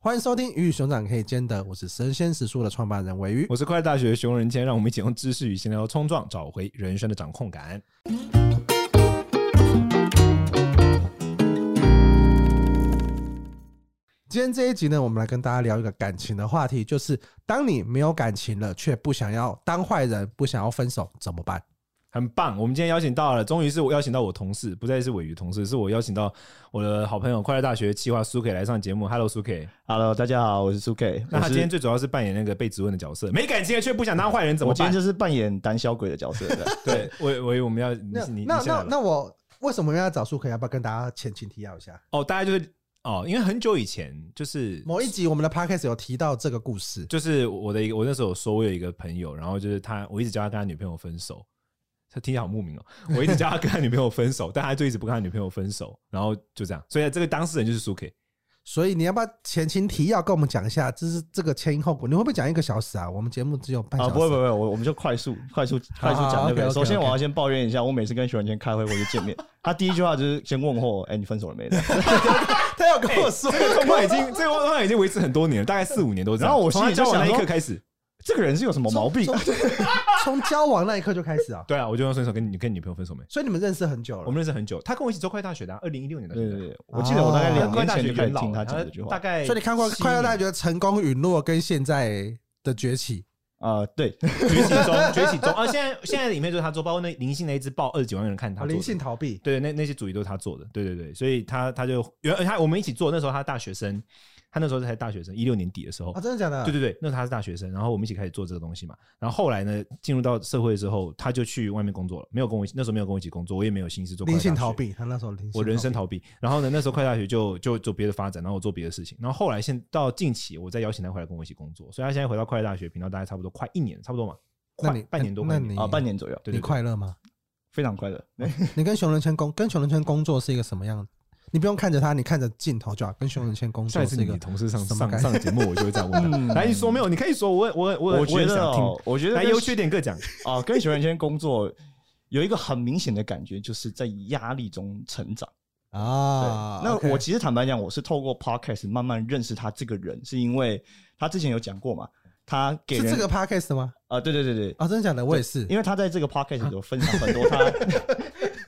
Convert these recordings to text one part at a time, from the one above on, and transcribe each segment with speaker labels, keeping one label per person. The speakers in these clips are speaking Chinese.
Speaker 1: 欢迎收听《鱼与熊掌可以兼得》，我是神仙食书的创办人尾鱼。
Speaker 2: 我是快乐大学熊仁谦，让我们一起用知识与闲聊冲撞，找回人生的掌控感。
Speaker 1: 今天这一集呢，我们来跟大家聊一个感情的话题，就是当你没有感情了，却不想要当坏人，不想要分手，怎么办？
Speaker 2: 很棒，我们今天邀请到了，终于是我邀请到我同事，不再是尾鱼同事，是我邀请到我的好朋友快乐大学企划苏 K 来上节目。Hello，苏 K。
Speaker 3: Hello，大家好，我是苏 K。
Speaker 2: 那
Speaker 3: 我
Speaker 2: 他
Speaker 3: 是
Speaker 2: 今天最主要是扮演那个被质问的角色，没感情却不想当坏人，怎么
Speaker 3: 我今
Speaker 2: 办？
Speaker 3: 天就是扮演胆小鬼的角色 的。
Speaker 2: 对，我我以为我们要你
Speaker 1: 那
Speaker 2: 你
Speaker 1: 那
Speaker 2: 你先来
Speaker 1: 那
Speaker 2: 吧
Speaker 1: 那我为什么要找舒可？要不要跟大家前情提要一下？
Speaker 2: 哦，大家就是哦，因为很久以前就是
Speaker 1: 某一集我们的 podcast 有提到这个故事，
Speaker 2: 就是我的一个，我那时候有说我有一个朋友，然后就是他，我一直叫他跟他女朋友分手，他听起来好莫名哦、我一直叫他跟他女朋友分手， 但他就一直不跟他女朋友分手，然后就这样，所以这个当事人就是苏 K。
Speaker 1: 所以你要不要前情提要跟我们讲一下？这是这个前因后果，你会不会讲一个小时啊？我们节目只有半小
Speaker 2: 哦
Speaker 3: 啊，
Speaker 1: 时，
Speaker 3: 不会不会，我我们就快速快速快速
Speaker 1: 好
Speaker 3: 讲对不对？
Speaker 1: ，OK，OK，OK
Speaker 3: 首先我要先抱怨一下，我每次跟徐文谦开会或者见面， 他第一句话就是先问候，哎，你分手了没？
Speaker 1: 他要跟我说，
Speaker 2: 这个状况已经，这个状况已经维持很多年了，大概四五年都这样。
Speaker 3: 然后我心
Speaker 2: 从
Speaker 3: 里
Speaker 2: 他
Speaker 3: 就
Speaker 2: 交往那一
Speaker 3: 想
Speaker 2: 刻
Speaker 3: 说
Speaker 2: 开始，
Speaker 3: 这个人是有什么毛病？
Speaker 1: 从交往那一刻就开始啊。
Speaker 2: 对啊，我就要分手，跟你跟你女朋友分手没？
Speaker 1: 所以你们认识很久
Speaker 2: 我
Speaker 1: 了，
Speaker 2: 们认识很久，他跟我一起做快乐大学的、啊，二零一六年的。
Speaker 3: 对对对，我记得我大概
Speaker 1: 哦
Speaker 3: 两
Speaker 2: 快乐
Speaker 3: 年
Speaker 2: 大
Speaker 3: 前
Speaker 2: 学
Speaker 3: 就开
Speaker 2: 元
Speaker 3: 始
Speaker 2: 老
Speaker 3: 听
Speaker 2: 了，
Speaker 3: 他讲
Speaker 2: 后
Speaker 3: 这句
Speaker 2: 大
Speaker 3: 话。
Speaker 2: 概
Speaker 1: 所以你看过《
Speaker 2: 七
Speaker 1: 快乐 大
Speaker 2: 年
Speaker 1: 学》成功陨落跟现在的崛起，
Speaker 3: 啊，对，
Speaker 2: 崛起中，崛起中啊！现在现在的影片就是他做，包括那林信那一只爆二十几万人看他
Speaker 3: 哦
Speaker 1: 啊，
Speaker 2: 做的
Speaker 1: 灵性逃避，
Speaker 2: 对，那那些主题都是他做的，对对对，所以他他就原他我们一起做，那时候他大学生，他那时候才大学生，一六年底的时候，
Speaker 1: 啊，真的假的？
Speaker 2: 对对对，那时候他是大学生，然后我们一起开始做这个东西嘛，然后后来呢，进入到社会之后，他就去外面工作了，没有跟我一起，那时候没有跟我一起工作，我也没有心思做
Speaker 1: 灵
Speaker 2: 快乐
Speaker 1: 性
Speaker 2: 大学
Speaker 1: 逃，避，他那时候灵性
Speaker 2: 我人生
Speaker 1: 逃
Speaker 2: 逃避，然后呢，那时候快乐大学就就做别的发展，然后我做别的事情，然后后来现到近期，我再邀请他回来跟我一起工作，所以他现在回到快乐大学频道，大概差不多快一年，差不多嘛，
Speaker 1: 避，那
Speaker 2: 快
Speaker 1: 你
Speaker 2: 半年多，
Speaker 1: 那
Speaker 2: 快一年
Speaker 1: 你
Speaker 3: 啊，半年左右，
Speaker 1: 哦你
Speaker 2: 对对对
Speaker 1: 快乐吗？
Speaker 3: 非常快乐。
Speaker 1: 你跟熊仁谦工跟熊仁谦工作是一个什么样？你不用看着他，你看着镜头就好。跟熊仁谦工
Speaker 2: 下
Speaker 1: 作
Speaker 2: 一次
Speaker 1: 是一
Speaker 2: 你
Speaker 1: 个
Speaker 2: 同事上
Speaker 1: 什么
Speaker 2: 上
Speaker 1: 感
Speaker 2: 上节目，我就会再问
Speaker 3: 嗯
Speaker 2: 他。来，你说没有？你可以说，我也我也我也
Speaker 3: 我觉
Speaker 2: 也
Speaker 3: 得
Speaker 2: 想
Speaker 3: 哦
Speaker 2: 听。，
Speaker 3: 我觉得
Speaker 2: 来，
Speaker 3: 跟
Speaker 2: 优缺点各讲。
Speaker 3: 啊，跟徐文谦工作有一个很明显的感觉，就是在压力中成长。
Speaker 1: 啊。
Speaker 3: 对，那
Speaker 1: OK
Speaker 3: 我其实坦白讲，我是透过 podcast 慢慢认识他这个人，是因为他之前有讲过嘛，他给
Speaker 1: 是
Speaker 3: 人
Speaker 1: 这个 podcast 吗？
Speaker 3: 啊、对对对对，
Speaker 1: 啊，真的假的？我也是。
Speaker 3: 因为他在这个 podcast 有分享很多他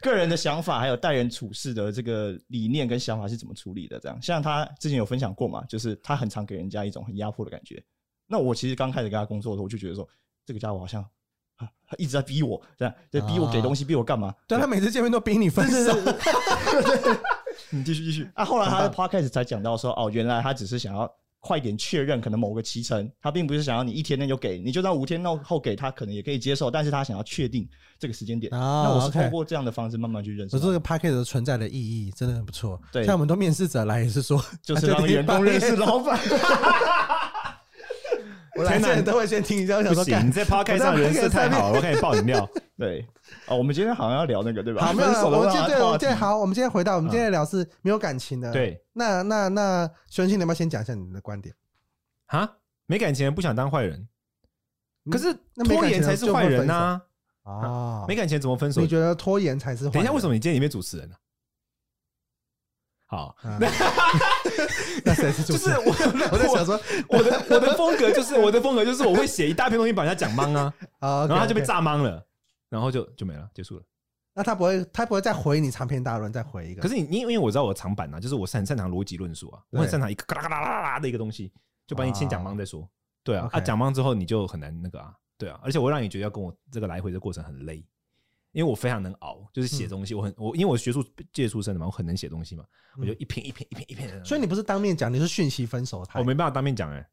Speaker 3: 个人的想法，还有待人处事的这个理念跟想法是怎么处理的。这样，像他之前有分享过嘛，就是他很常给人家一种很压迫的感觉。那我其实刚开始跟他工作的时候，我就觉得说，这个家伙好像啊他一直在逼我，这样在逼我给东西，逼我干嘛？
Speaker 1: 啊对他啊每次见面都逼你分手，
Speaker 2: 你继续继续。
Speaker 3: 啊，后来他的 podcast 才讲到说，哦，原来他只是想要快点确认可能某个骑程，他并不是想要你一天内就给，你就算五天后给他，可能也可以接受，但是他想要确定这个时间点。
Speaker 1: 啊
Speaker 3: 那我是
Speaker 1: OK
Speaker 3: 通过这样的方式慢慢去认识
Speaker 1: 我
Speaker 3: 他，
Speaker 1: 这个 p a c k a g e 存在的意义真的很不错。
Speaker 3: 对
Speaker 1: 像我们都面试者来也是说，
Speaker 3: 就是让员工认 识老板。
Speaker 1: 我来
Speaker 2: 天哪
Speaker 1: 之前都会先听一 下，我想
Speaker 2: 不
Speaker 1: 说
Speaker 2: 行，你
Speaker 1: 干。
Speaker 2: 在 podcast 上人设太好了，我开始爆饮 料。
Speaker 3: 对， 哦，我们今天好像要聊那个对吧？
Speaker 1: 好，没有
Speaker 3: 分
Speaker 1: 了。
Speaker 3: 手的
Speaker 1: 我们
Speaker 3: 话
Speaker 1: 今天对，我们今天
Speaker 3: 话题
Speaker 1: 好，我们今天回到我们今天聊是没有感情的。，
Speaker 2: 嗯对
Speaker 1: 那那那，熊心，你要不要先讲一下你的观点？
Speaker 2: 啊，没感情不想当坏人，可是
Speaker 1: 嗯那没
Speaker 2: 拖
Speaker 1: 感情
Speaker 2: 延才
Speaker 1: 就是会
Speaker 2: 坏人
Speaker 1: 分手
Speaker 2: 呐。
Speaker 1: 啊，
Speaker 2: 没感情怎么分手
Speaker 1: 你？觉得拖延才是？
Speaker 2: 等一下，为什
Speaker 1: 么？
Speaker 2: 么你今天里面主持人呢？好，
Speaker 1: 啊那谁是主
Speaker 2: 就
Speaker 1: 持
Speaker 2: 是
Speaker 1: 人？
Speaker 2: 我
Speaker 1: 我在 想说，
Speaker 2: 我的我的风格就是我的风格就是我会写一大篇东西把人家讲 懵啊，
Speaker 1: 啊，
Speaker 2: 然后他就被
Speaker 1: OK，OK。
Speaker 2: 炸懵了，然后就就没了，结束了。
Speaker 1: 那他不会，他不会再回你长篇大论，再回一个。
Speaker 2: 可
Speaker 1: 是
Speaker 2: 是你，你因为我知道我的长板啊，就是我是很擅长逻辑论述啊，我很
Speaker 1: 对
Speaker 2: 擅长一个嘎啦嘎啦啦啦的一个东西，就把你先讲
Speaker 1: 啊
Speaker 2: 懵再说。对啊，啊
Speaker 1: OK
Speaker 2: 讲懵之后你就很难那个啊，对啊，而且我让你觉得要跟我这个来回的过程很累，因为我非常能熬，就是写东西，我很我因为我学术界出身的嘛，我很能写东西嘛，我就一篇一篇一篇一篇的。
Speaker 1: 所以你不是当面讲，你是讯息分手派。
Speaker 2: 我没办法当面讲哎，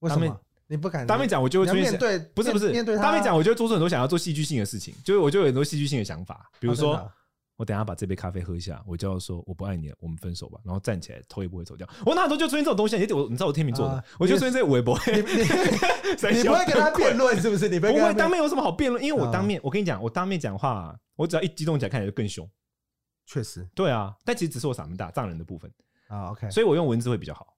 Speaker 1: 为什
Speaker 2: 当
Speaker 1: 么
Speaker 2: 面？
Speaker 1: 你不敢
Speaker 2: 当面，讲我就
Speaker 1: 你要
Speaker 2: 会出
Speaker 1: 面
Speaker 2: 现。
Speaker 1: 对，
Speaker 2: 不是
Speaker 1: 面
Speaker 2: 不是，
Speaker 1: 面对他
Speaker 2: 当面讲，我就会做出很多想要做戏剧性的事情，就是我就有很多戏剧性的想法，比
Speaker 1: 比
Speaker 2: 如说，我等一下把这杯咖啡喝一下，我就要说我不爱你了，我们分手吧。然后站起来，头也不会走掉。我那时候就出现这种东西，你我你知道我天秤座的，
Speaker 1: 啊
Speaker 2: 我就出现这微博，
Speaker 1: 你你
Speaker 2: 三
Speaker 1: 你
Speaker 2: 小
Speaker 1: 不会跟他辩论是不是？你不
Speaker 2: 不
Speaker 1: 会跟他
Speaker 2: 会
Speaker 1: 辩
Speaker 2: 当面有什么好辩论？因为我
Speaker 1: 啊
Speaker 2: 当面，我跟你讲，我当面讲话，我只要一激动起来，看起来就更凶。
Speaker 1: 确实
Speaker 2: 对啊，但其实只是我嗓门大，藏人的部分，
Speaker 1: 啊，OK，
Speaker 2: 所以我用文字会比较好。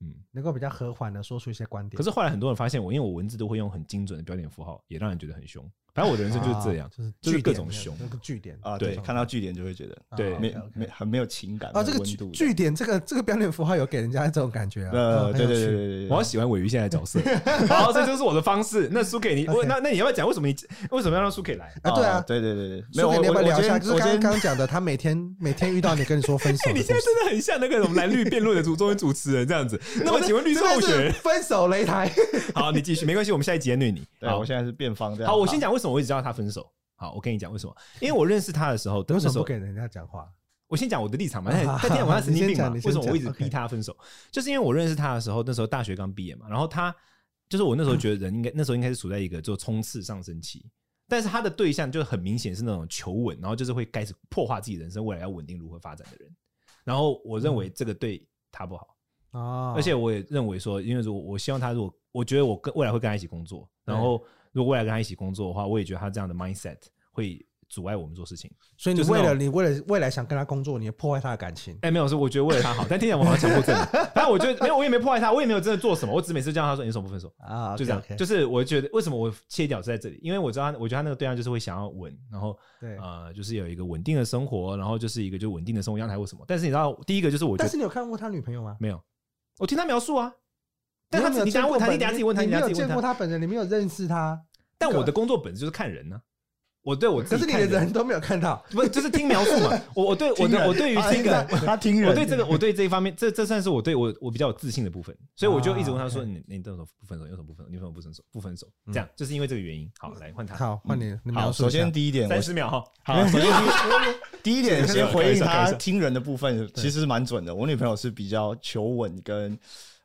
Speaker 2: 嗯，
Speaker 1: 能够比较和缓的说出一些观点。
Speaker 2: 可是后来很多人发现我，因为我文字都会用很精准的标点符号，也让人觉得很凶，反正我的人生就是这样
Speaker 1: 啊，就是
Speaker 2: 就是
Speaker 1: 据
Speaker 2: 各
Speaker 1: 点
Speaker 2: 种
Speaker 1: 的
Speaker 2: 凶
Speaker 1: 那个据点
Speaker 3: 啊，
Speaker 2: 对
Speaker 3: 对，看到据点就会觉得
Speaker 2: 对
Speaker 1: 啊
Speaker 3: 没
Speaker 1: OK，OK
Speaker 3: 没很没有情感
Speaker 1: 啊，
Speaker 3: 没
Speaker 1: 这
Speaker 3: 有
Speaker 1: 个
Speaker 3: 温
Speaker 1: 据
Speaker 3: 度的
Speaker 1: 据点这个这个标点符号有给人家这种感觉啊，
Speaker 3: 呃，
Speaker 1: 嗯
Speaker 3: 对
Speaker 1: 很
Speaker 3: 对对，
Speaker 1: 有趣
Speaker 3: 对对，
Speaker 2: 我好喜欢尾鱼现在的角色，好，这就是我的方式。那输 给你，我
Speaker 1: 啊 OK
Speaker 2: 那那你要不要讲为什么你为什么要让输给来？
Speaker 1: 啊，对啊，
Speaker 3: 对对对对，没有
Speaker 1: 苏菲，
Speaker 3: 我
Speaker 1: 你要不
Speaker 3: 我
Speaker 1: 要聊一
Speaker 3: 我今
Speaker 1: 下？
Speaker 3: 天
Speaker 1: 就是
Speaker 3: 我今
Speaker 1: 刚
Speaker 3: 天
Speaker 1: 刚讲的，他每天每天遇到你，跟你说分手的
Speaker 2: 你
Speaker 1: 故
Speaker 2: 现在
Speaker 1: 事。
Speaker 2: 真的很像那个什么蓝绿辩论的主中文主持人这 样子。那么请问绿色候选人，
Speaker 1: 分手擂台，
Speaker 2: 好，你继续，没关系，我们下一集再 虐你。
Speaker 3: 对
Speaker 2: 好
Speaker 3: 我现在是辩方这样。
Speaker 2: 好，我先讲为什么我一直叫他分手。好，我跟你讲为什么，因为我认识他的时 候，
Speaker 1: 为
Speaker 2: 那
Speaker 1: 什么不
Speaker 2: 时候
Speaker 1: 给人家讲话？
Speaker 2: 我先讲我的立场 嘛，
Speaker 1: 啊
Speaker 2: 但
Speaker 1: 好
Speaker 2: 但天我他神经病嘛，
Speaker 1: 你先讲你
Speaker 2: 为
Speaker 1: 先
Speaker 2: 什
Speaker 1: 讲
Speaker 2: 么我一直
Speaker 1: OK
Speaker 2: 逼他分手？就是因为我认识他的时候，那时候大学刚毕业嘛，然后他就是我那时候觉得人应该那时候应该是处在一个就冲刺上升期，但是他的对象就很明显是那种求稳，然后就是会开始破坏自己人生未来要稳定如何发展的人，然后我认为这个对他不好。
Speaker 1: 哦，
Speaker 2: 而且我也认为说，因为如果我希望他，如果我觉得我跟未来会跟他一起工作，然后如果未来跟他一起工作的话，我也觉得他这样的 mindset 会阻碍我们做事情。
Speaker 1: 所以你
Speaker 2: 就是那
Speaker 1: 为
Speaker 2: 种
Speaker 1: 了你为了未来想跟他工作，你也破坏他的感情。
Speaker 2: 哎、没有，是我觉得为了他好，但听起来我好像强迫症了。但我觉得没有，我也没破坏他，我也没有真的做什么，我只是每次叫他说你为什么不分手，
Speaker 1: 啊
Speaker 2: 就这样。就是是我觉得为什么我切掉是在这里，因为我知道他，我觉得他那个对象就是会想要稳，然后
Speaker 1: 对。
Speaker 2: 呃，就是有一个稳定的生活，然后就是一个就稳定的生活样态或什么。但是你知道，第一个就是我觉
Speaker 1: 但
Speaker 2: 得
Speaker 1: 是你有看过他女朋友吗？
Speaker 2: 没有，我听他描述啊。但他
Speaker 1: 你有没有
Speaker 2: 你等下
Speaker 1: 见过
Speaker 2: 问他，
Speaker 1: 本
Speaker 2: 你等下自己问他，
Speaker 1: 你
Speaker 2: 等
Speaker 1: 没
Speaker 2: 下
Speaker 1: 有
Speaker 2: 自己
Speaker 1: 见
Speaker 2: 问他
Speaker 1: 过。他本人，你没有认识他，
Speaker 2: 但
Speaker 1: 个
Speaker 2: 我的工作本质就是看人呢、我对我
Speaker 1: 可
Speaker 2: 自
Speaker 1: 是
Speaker 2: 己
Speaker 1: 你
Speaker 2: 看
Speaker 1: 的人都没有看到。
Speaker 2: 不就是听描 述嘛？我我对我
Speaker 3: 听
Speaker 2: 的
Speaker 3: 人
Speaker 2: 我对于
Speaker 3: 他
Speaker 2: 这
Speaker 3: 听
Speaker 2: 个
Speaker 3: 人他听人，
Speaker 2: 我对这个 我对这一方面，这这算是我对我我比较有自信的部分，所以我就一直问他说：“
Speaker 1: 啊
Speaker 2: 你你为什么不分手？你为什么不分手？你为什么不分手？不分手？”
Speaker 1: 嗯
Speaker 2: 这样就是因为这个原因。好，来换他，
Speaker 1: 好，换你，你
Speaker 3: 好，
Speaker 1: 描述
Speaker 3: 首
Speaker 1: 一下
Speaker 3: 先第一点，我
Speaker 2: 三十秒哈。
Speaker 3: 好，首先 第一第一 点先回应
Speaker 2: 开玩
Speaker 3: 他
Speaker 2: 笑
Speaker 3: 听人的部分，其实蛮准的。我女朋友是比较求稳跟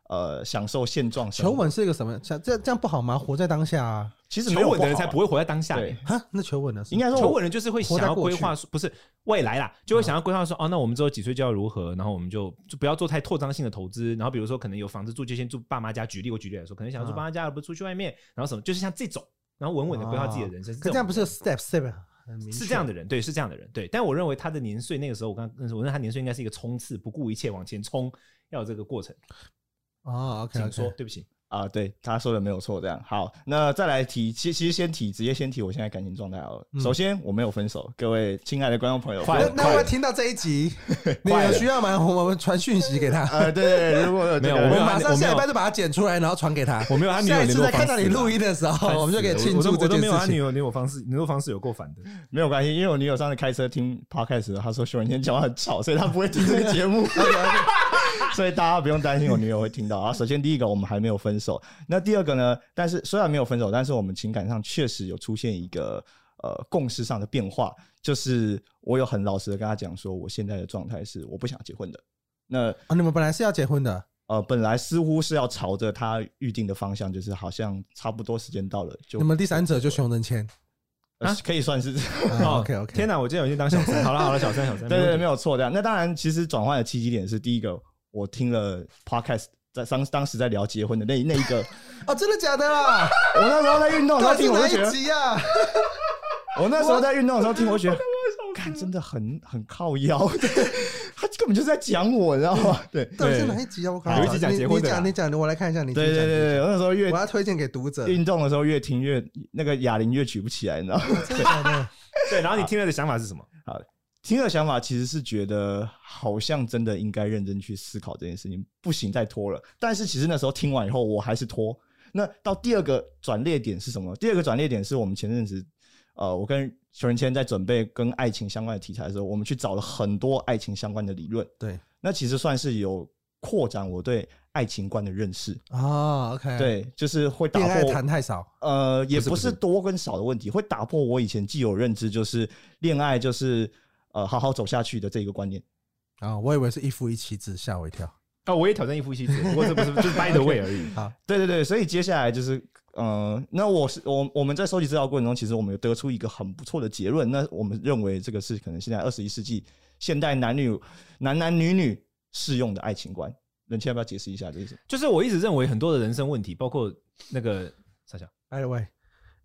Speaker 3: 呃享受现状生活，
Speaker 1: 求稳是一个什么？像这这样不好吗？活在当下啊！
Speaker 3: 其实没
Speaker 2: 求
Speaker 3: 有
Speaker 2: 稳的人
Speaker 3: 不好
Speaker 2: 才不会活在当下。
Speaker 3: 对
Speaker 1: 哈，那求稳呢？
Speaker 3: 应该说
Speaker 2: 求
Speaker 3: 我
Speaker 2: 稳人就是会想要规划，不是未来啦，就会想要规划说，哦，那我们之后几岁就要如何，然后我们就就不要做太扩张性的投资，然后比如说可能有房子住就先住爸妈家，举例我举例来说，可能想要住爸妈家，而不是出去外面，然后什么，就是像这种，然后稳稳的规划自己的人生，
Speaker 1: 哦可这样不是
Speaker 2: 种
Speaker 1: 有 step step 很明
Speaker 2: 是
Speaker 1: 确
Speaker 2: 这样的人，对，是这样的人，对。但我认为他的年岁那个时候，我刚认识，我认为他年岁应该是一个冲刺，不顾一切往前冲，要有这个过程。
Speaker 1: 哦，OK，
Speaker 2: 请说，对不起，
Speaker 3: 啊，对，他说的没有错。这样好，那再来提，其其实先提，直接先提我现在感情状态好了。
Speaker 1: 嗯
Speaker 3: 首先我没有分手，各位亲爱的观众朋友，
Speaker 2: 快
Speaker 1: 那
Speaker 2: 了
Speaker 1: 那我要听到这一 集，你
Speaker 2: 快
Speaker 1: 有
Speaker 2: 了
Speaker 1: 需要吗？我们传讯息给他，
Speaker 3: 呃，对，如果有这
Speaker 2: 没有
Speaker 3: 个
Speaker 2: 我
Speaker 1: 我
Speaker 2: 没有
Speaker 1: 马上
Speaker 2: 我没
Speaker 1: 下
Speaker 2: 有
Speaker 1: 礼拜就把它剪出来，然后传给他。
Speaker 2: 我没有他女友
Speaker 1: 下一
Speaker 2: 联
Speaker 1: 次
Speaker 2: 络
Speaker 1: 再
Speaker 2: 方
Speaker 1: 看到
Speaker 2: 式
Speaker 1: 你
Speaker 2: 啦
Speaker 1: 录音的时
Speaker 2: 烦死
Speaker 1: 候，
Speaker 2: 了
Speaker 1: 我们就可以庆
Speaker 2: 我
Speaker 1: 祝
Speaker 2: 都
Speaker 1: 这
Speaker 2: 我都
Speaker 1: 件
Speaker 2: 没有他
Speaker 1: 事
Speaker 2: 女
Speaker 1: 情。
Speaker 2: 友联络方式，联络方式有够烦的。
Speaker 3: 没有关系，因为我女友上次开车听 podcast 的时候，她说熊仁谦讲话很吵，所以她不会听这个节目， 所以大家不用担心我女友会听到。啊，首先第一个我们还没有分手，那第二个呢？但是虽然没有分手，但是我们情感上确实有出现一个呃共识上的变化，就是我有很老实的跟她讲说，我现在的状态是我不想结婚的。那
Speaker 1: 啊，你们本来是要结婚的，
Speaker 3: 呃，本来似乎是要朝着她预定的方向，就是好像差不多时间到了，就
Speaker 1: 你们第三者就熊仁谦。
Speaker 3: 呃
Speaker 2: 啊
Speaker 3: 可以算是这 样。
Speaker 1: OK
Speaker 2: 哦
Speaker 1: OK，
Speaker 2: 天哪，我今天有点当小 三。好了好了，小三小三，
Speaker 3: 对对，对没
Speaker 2: 有。
Speaker 3: 有错的。那当然，其实转换的契机点是第一个，我听了 podcast，在当当时在聊结婚的那那一个，
Speaker 1: 哦，真的假 的啦？
Speaker 3: 我那时候在运动的时
Speaker 1: 到
Speaker 3: 候
Speaker 1: 底
Speaker 3: 听，
Speaker 1: 哪
Speaker 3: 我就觉
Speaker 1: 一
Speaker 3: 得，
Speaker 1: 集啊？
Speaker 3: 我那时候在运动的时候听，我就觉得，看真的很很靠腰，他根本就是在讲我，你知道吗？对
Speaker 1: 到底是哪一集啊？我靠！
Speaker 2: 有一集讲结婚的啦
Speaker 1: 你你讲你讲，我来看一下。你
Speaker 3: 对对对
Speaker 1: 你
Speaker 3: 对，我那时候越
Speaker 1: 讲，我要推荐给读者。
Speaker 3: 运动的时候越听越那个哑铃越举不起来，你知道吗？
Speaker 1: 真的假的？
Speaker 2: 对，然后你听了的想法是什么？
Speaker 3: 听的想法其实是觉得好像真的应该认真去思考这件事情，不行再拖了。但是其实那时候听完以后，我还是拖。那到第二个转捩点是什么？第二个转捩点是我们前阵子，呃，我跟熊仁谦在准备跟爱情相关的题材的时候，我们去找了很多爱情相关的理论。
Speaker 1: 对
Speaker 3: 那其实算是有扩展我对爱情观的认识。
Speaker 1: 哦 OK，，
Speaker 3: 对，就是会打
Speaker 1: 恋爱
Speaker 3: 破
Speaker 1: 谈太少。
Speaker 3: 呃，也
Speaker 2: 不是
Speaker 3: 不
Speaker 2: 不
Speaker 3: 是
Speaker 2: 是
Speaker 3: 多跟少的问题，会打破我以前既有认知，就是恋爱就是呃好好走下去的这个观念。
Speaker 1: 啊，我以为是一夫一妻制，吓我一跳。
Speaker 2: 哦，我也挑战一夫一妻制，不过这不是就是 by the way 而已。
Speaker 3: 对对对，所以接下来就是呃，那我是我我们在收集资料过程中，其实我们有得出一个很不错的结论。那我们认为这个是可能现在二十一世纪现代男女男男女女适用的爱情观。人谦要不要解释一下这个？
Speaker 2: 就是我一直认为很多的人生问题，包括那 个傻笑，
Speaker 1: 哎喂，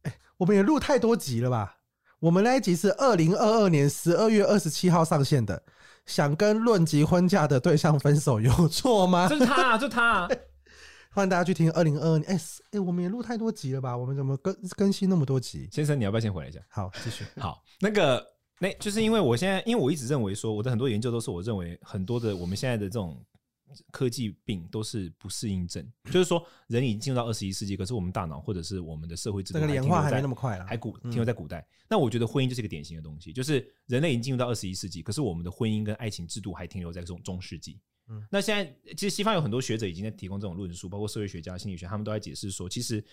Speaker 1: 哎，我们也录太多集了吧？我们那一集是二零二二年十二月二十七号上线的。想跟论及婚嫁的对象分手有错吗
Speaker 2: 就？是他啊，就他啊，
Speaker 1: 欢迎大家去听二零二二年。哎、是哎、我们也录太多集了吧？我们怎么更更新那么多集？
Speaker 2: 先生，你要不要先回来一 下？
Speaker 1: 好，继续。
Speaker 2: 好，那个，那就是因为我现在，因为我一直认为说，我的很多研究都是我认为很多的我们现在的这种科技病都是不适应症，就是说人已经进入到二十一世纪，可是我们大脑或者是我们的社会制度
Speaker 1: 这个
Speaker 2: 还
Speaker 1: 年
Speaker 2: 停留
Speaker 1: 化还没
Speaker 2: 在
Speaker 1: 那么快啦
Speaker 2: 还。古
Speaker 1: 嗯
Speaker 2: 停留在古代。那我觉得婚姻就是一个典型的东西，就是人类已经进入到二十一世纪，可是我们的婚姻跟爱情制度还停留在这种中世纪。
Speaker 1: 嗯
Speaker 2: 那现在其实西方有很多学者已经在提供这种论述，包括社会学家、心理学，他们都在解释说，其实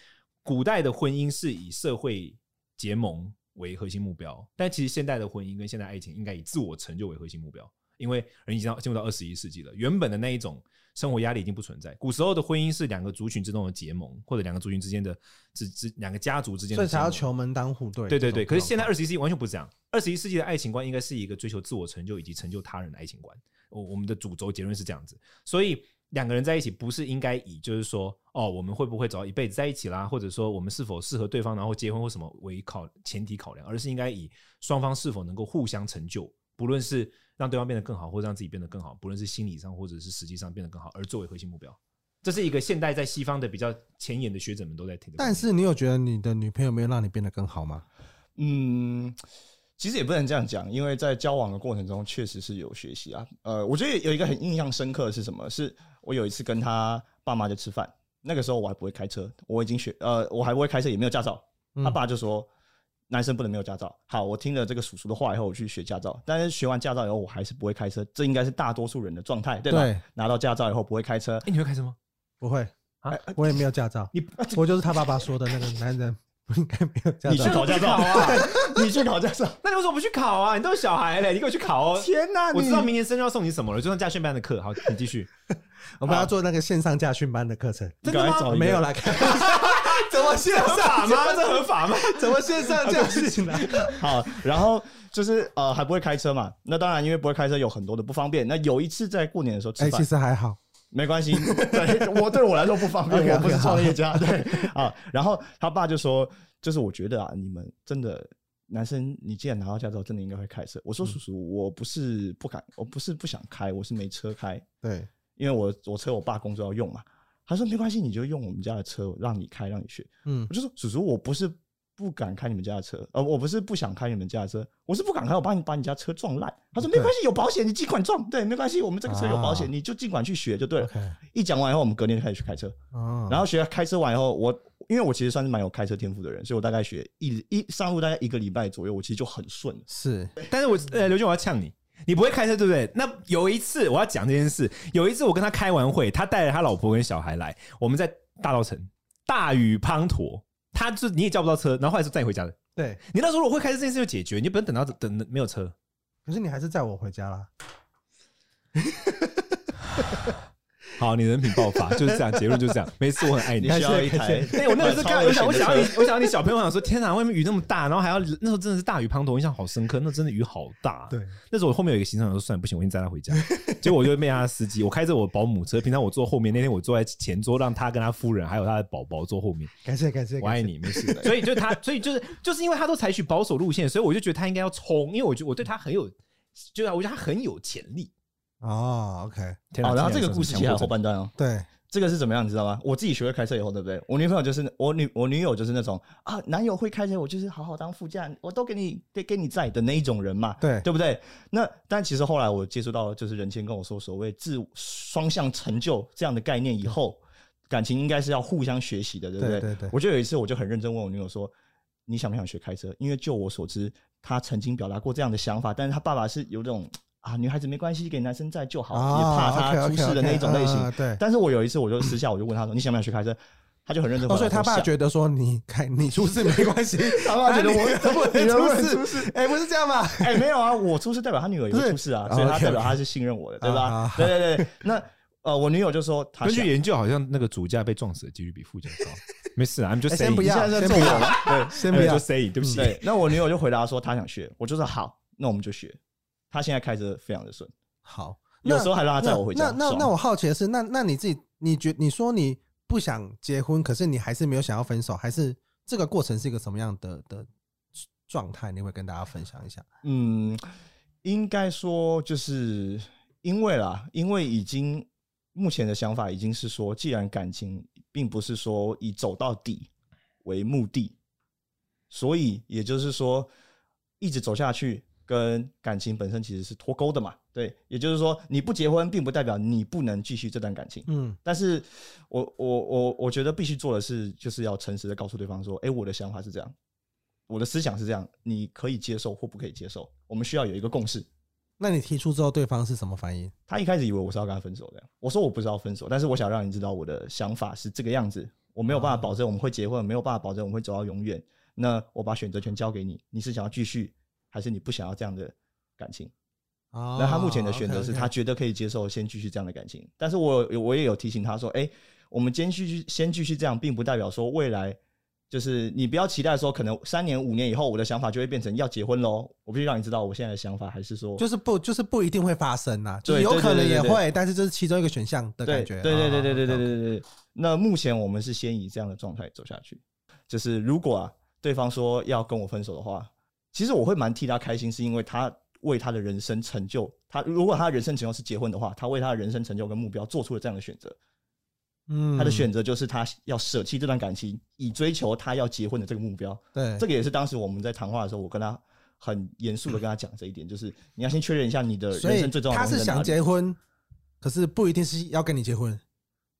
Speaker 2: 古代的婚姻是以社会结盟为核心目标，但其实现代的婚姻跟现代爱情应该以自我成就为核心目标。因为人已经到进入到二十一世纪了，原本的那一种生活压力已经不存在。古时候的婚姻是两个族群之中的结盟，或者两个族群之间的之之两个家族之间
Speaker 1: 所
Speaker 2: 的
Speaker 1: 以
Speaker 2: 结
Speaker 1: 才
Speaker 2: 盟，
Speaker 1: 要求门当户对。
Speaker 2: 对对对，
Speaker 1: 这
Speaker 2: 可
Speaker 1: 种
Speaker 2: 是现在
Speaker 1: 状
Speaker 2: 二十一世纪完全不是这样。二十一世纪的爱情观应该是一个追求自我成就以及成就他人的爱情观。我我们的主轴结论是这样子，所以两个人在一起不是应该以就是说哦，我们会不会走到一辈子在一起啦，或者说我们是否适合对方，然后结婚或什么为考前提考量，而是应该以双方是否能够互相成就，不论是让对方变得更好，或者让自己变得更好，不论是心理上或者是实际上变得更好，而作为核心目标。这是一个现代在西方的比较前沿的学者们都在提的观点，
Speaker 1: 况，但是你有觉得你的女朋友没有让你变得更好吗？
Speaker 3: 嗯，其实也不能这样讲，因为在交往的过程中确实是有学习啊。呃，我觉得有一个很印象深刻的是什么？是我有一次跟他爸妈就吃饭，那个时候我还不会开车，我已经学呃，我还不会开车，也没有驾照。
Speaker 1: 嗯
Speaker 3: 他爸就说。男生不能没有驾照。好，我听了这个叔叔的话以后，我去学驾照。但是学完驾照以后，我还是不会开车，这应该是大多数人的状态，对吧？
Speaker 1: 对
Speaker 3: 拿到驾照以后不会开车，
Speaker 2: 哎，你会开车吗？
Speaker 1: 不会哎
Speaker 2: 啊
Speaker 1: 我也没有驾照。
Speaker 2: 你
Speaker 1: 我就是他爸爸说的那个男人不应该没有驾
Speaker 3: 你去
Speaker 1: 照。
Speaker 3: 考驾照 啊！你去考驾照！
Speaker 2: 那你为什么不去考啊？你都有小孩嘞，你给我去考哦！
Speaker 3: 天哪、你
Speaker 2: 我知道明年生日要送你什么了，就上驾训班的课。好，你继续。
Speaker 1: 我们要做那个线上驾训班的课程，
Speaker 3: 你
Speaker 2: 真的
Speaker 3: 赶
Speaker 2: 吗
Speaker 3: 快找一个
Speaker 1: 没有啦，开玩笑 怎么线
Speaker 2: 合法
Speaker 1: 上
Speaker 2: 吗？这合法吗？
Speaker 1: 怎么线上驾训啊呢？
Speaker 3: 好，然后就是呃还不会开车嘛，那当然因为不会开车有很多的不方便。那有一次在过年的时候吃
Speaker 1: 哎，
Speaker 3: 饭，
Speaker 1: 其实还好，
Speaker 3: 没 关系，对我对我来说不方
Speaker 1: OK，OK，
Speaker 3: 便，我不是
Speaker 1: 好
Speaker 3: 创业家，对啊。然后他爸就说，就是我觉得啊，你们真的。男生，你既然拿到驾照，真的应该会开车。我说叔叔，我不是不敢，我不是不想开，我是没车开，
Speaker 1: 对，
Speaker 3: 因为我我车我爸工作要用嘛。他说没关系，你就用我们家的车，我让你开，让你学。
Speaker 1: 嗯
Speaker 3: 我，就说叔叔，我不是不敢开你们家的车，呃，我不是不想开你们家的车，我是不敢开，我怕你把你家车撞烂。他说没
Speaker 1: 对
Speaker 3: 关系，有保险，你尽管撞，对，没关系，我们这个车有保险，
Speaker 1: 啊
Speaker 3: 你就尽管去学就对了
Speaker 1: OK。
Speaker 3: 一讲完以后，我们隔天就开始去开车，
Speaker 2: 嗯
Speaker 1: 哦
Speaker 3: 然后学开车完以后，我因为我其实算是蛮有开车天赋的人，所以我大概学一一上路大概一个礼拜左右，我其实就很顺了。
Speaker 1: 是
Speaker 2: 但是我呃，刘俊，我要呛你，你不会开车对不对？那有一次我要讲这件事，有一次我跟他开完会，他带着他老婆跟小孩来，我们在大稻城，大雨滂沱，他就你也叫不到车，然后后来是载你回家的。
Speaker 1: 对，
Speaker 2: 你那时候如果会开车，这件事就解决，你就不用等到等没有车。
Speaker 1: 可是你还是载我回家啦。
Speaker 2: 好，你人品爆发就是这样，结论就是这样。没事，我很爱你。
Speaker 3: 你需要一台，
Speaker 2: 对，哎我那时候看，
Speaker 3: 超
Speaker 2: 我
Speaker 3: 危
Speaker 2: 想，我想到
Speaker 3: 险的车
Speaker 2: 你，我想到你小朋友，我想说，天哪，外面雨那么大，然后还要那时候真的是大雨滂沱，印象好深刻。那真的雨好大。，
Speaker 1: 对，
Speaker 2: 那时候我后面有一个行程，我说算了，不行，我先载他回家。结果我就被他司机，我开着我保姆车，平常我坐后面，那天我坐在前桌，让他跟他夫人还有他的宝宝坐后面。
Speaker 1: 感谢感谢，
Speaker 2: 我
Speaker 1: 感
Speaker 2: 爱
Speaker 1: 谢。
Speaker 2: 你，没事。 所以就他，所以就是就是因为他都采取保守路线，所以我就觉得他应该要冲，因为我觉得我对他很有，就是我觉得他很有潜力。
Speaker 1: 哦，OK，
Speaker 2: 天哪
Speaker 3: 好，然后
Speaker 2: 竟
Speaker 3: 这个
Speaker 2: 真
Speaker 3: 故
Speaker 2: 的是
Speaker 3: 事
Speaker 2: 强
Speaker 3: 还有
Speaker 2: 迫
Speaker 3: 后半段哦。
Speaker 1: 对，
Speaker 3: 这个是怎么样，你知道吗？我自己学会开车以后，对不对？我女朋友就是我女我女友就是那种啊，男友会开车，我就是好好当副驾，我都给你给给你在的那一种人嘛，
Speaker 1: 对
Speaker 3: 对不对？那但其实后来我接触到就是人谦跟我说所谓自双向成就这样的概念以后，感情应该是要互相学习的，对不
Speaker 1: 对
Speaker 3: 对？
Speaker 1: 对对，
Speaker 3: 我就有一次我就很认真问我女友说，你想不想学开车？因为就我所知，她曾经表达过这样的想法，但是她爸爸是有这种。啊，女孩子没关系，给男生在就好，也怕她出事的那一种类型。
Speaker 1: 啊对，
Speaker 3: 但是我有一次，我就私下我就问他说：“你想不想学开车？”他就很认真回
Speaker 1: 哦，
Speaker 3: 答
Speaker 1: 所以
Speaker 3: 说。
Speaker 1: 他爸
Speaker 3: 想
Speaker 1: 觉得说你开你出事没关系，
Speaker 3: 他爸觉 得我怎么
Speaker 1: 哎你
Speaker 3: 女儿会
Speaker 1: 出
Speaker 3: 出
Speaker 1: 事，哎，不是这样吧？
Speaker 3: 哎、没有啊，我出事代表他女儿也
Speaker 1: 不是
Speaker 3: 会出事啊，
Speaker 1: 哦
Speaker 3: 所以他
Speaker 1: OK，OK
Speaker 3: 代表他是信任我的，对
Speaker 1: 啊啊
Speaker 3: 吧
Speaker 1: 啊？
Speaker 3: 对对对。那呃，我女友就说他
Speaker 2: 根据
Speaker 3: 想，
Speaker 2: 研究，好像那个主驾被撞死的几率比副驾 高。没事啊，I'm just
Speaker 1: 哎
Speaker 2: saying，
Speaker 1: 先不要
Speaker 3: 你现在在
Speaker 1: 先
Speaker 3: 揍
Speaker 1: 不
Speaker 3: 我
Speaker 1: 要
Speaker 3: 吗？对
Speaker 1: 先不要
Speaker 2: just，saying，对不起。
Speaker 3: 对。那我女友就回答说她想学，我就说好，那我们就学。她现在开车非常的顺，
Speaker 1: 好，
Speaker 3: 有
Speaker 1: 那
Speaker 3: 时候还让她载我回
Speaker 1: 那
Speaker 3: 家。
Speaker 1: 那那
Speaker 3: 爽
Speaker 1: 那我好奇的是，那那你自己，你觉你说你不想结婚，可是你还是没有想要分手，还是这个过程是一个什么样的的状态？你会跟大家分享一下？
Speaker 3: 嗯，应该说就是因为啦，因为已经目前的想法已经是说，既然感情并不是说以走到底为目的，所以也就是说，一直走下去跟感情本身其实是脱钩的嘛。对，也就是说，你不结婚，并不代表你不能继续这段感情。
Speaker 1: 嗯，
Speaker 3: 但是我我我我觉得必须做的是，就是要诚实的告诉对方说，哎、我的想法是这样，我的思想是这样，你可以接受或不可以接受，我们需要有一个共识。
Speaker 1: 那你提出之后，对方是什么反应？
Speaker 3: 他一开始以为我是要跟他分手的，我说我不是要分手，但是我想让你知道我的想法是这个样子，我没有办法保证我们会结婚，没有办法保证我们会走到永远。那我把选择权交给你，你是想要继续，还是你不想要这样的感情？
Speaker 1: 哦
Speaker 3: 那他目前的选择是他
Speaker 1: OK，OK
Speaker 3: 觉得可以接受，先继续这样的感情。但是我有我也有提醒他说，哎、我们先继续先继续这样，并不代表说未来就是你不要期待说，可能三年五年以后我的想法就会变成要结婚喽。我必须让你知道我现在的想法，还是说
Speaker 1: 就是不就是不一定会发生呐，就是
Speaker 3: 对
Speaker 1: 有
Speaker 3: 对
Speaker 1: 可能
Speaker 3: 对对
Speaker 1: 也
Speaker 3: 对
Speaker 1: 会，但是这是其中一个选项的
Speaker 3: 对
Speaker 1: 感觉。
Speaker 3: 对对对对对对
Speaker 1: 哦，
Speaker 3: 对对对。那目前我们是先以这样的状态走下去，就是如果啊对方说要跟我分手的话，其实我会蛮替他开心，是因为他为他的人生成就，他如果他的人生成就是结婚的话，他为他的人生成就跟目标做出了这样的选择。
Speaker 1: 嗯
Speaker 3: 他的选择就是他要舍弃这段感情，以追求他要结婚的这个目标。
Speaker 1: 对
Speaker 3: 这个也是当时我们在谈话的时候，我跟他很严肃的跟他讲这一点，就是你要先确认一下你的
Speaker 1: 所
Speaker 3: 人
Speaker 1: 以
Speaker 3: 生最重要的
Speaker 1: 他
Speaker 3: 东西
Speaker 1: 是
Speaker 3: 在哪
Speaker 1: 想
Speaker 3: 里
Speaker 1: 结婚，可是不一定是要跟你结婚。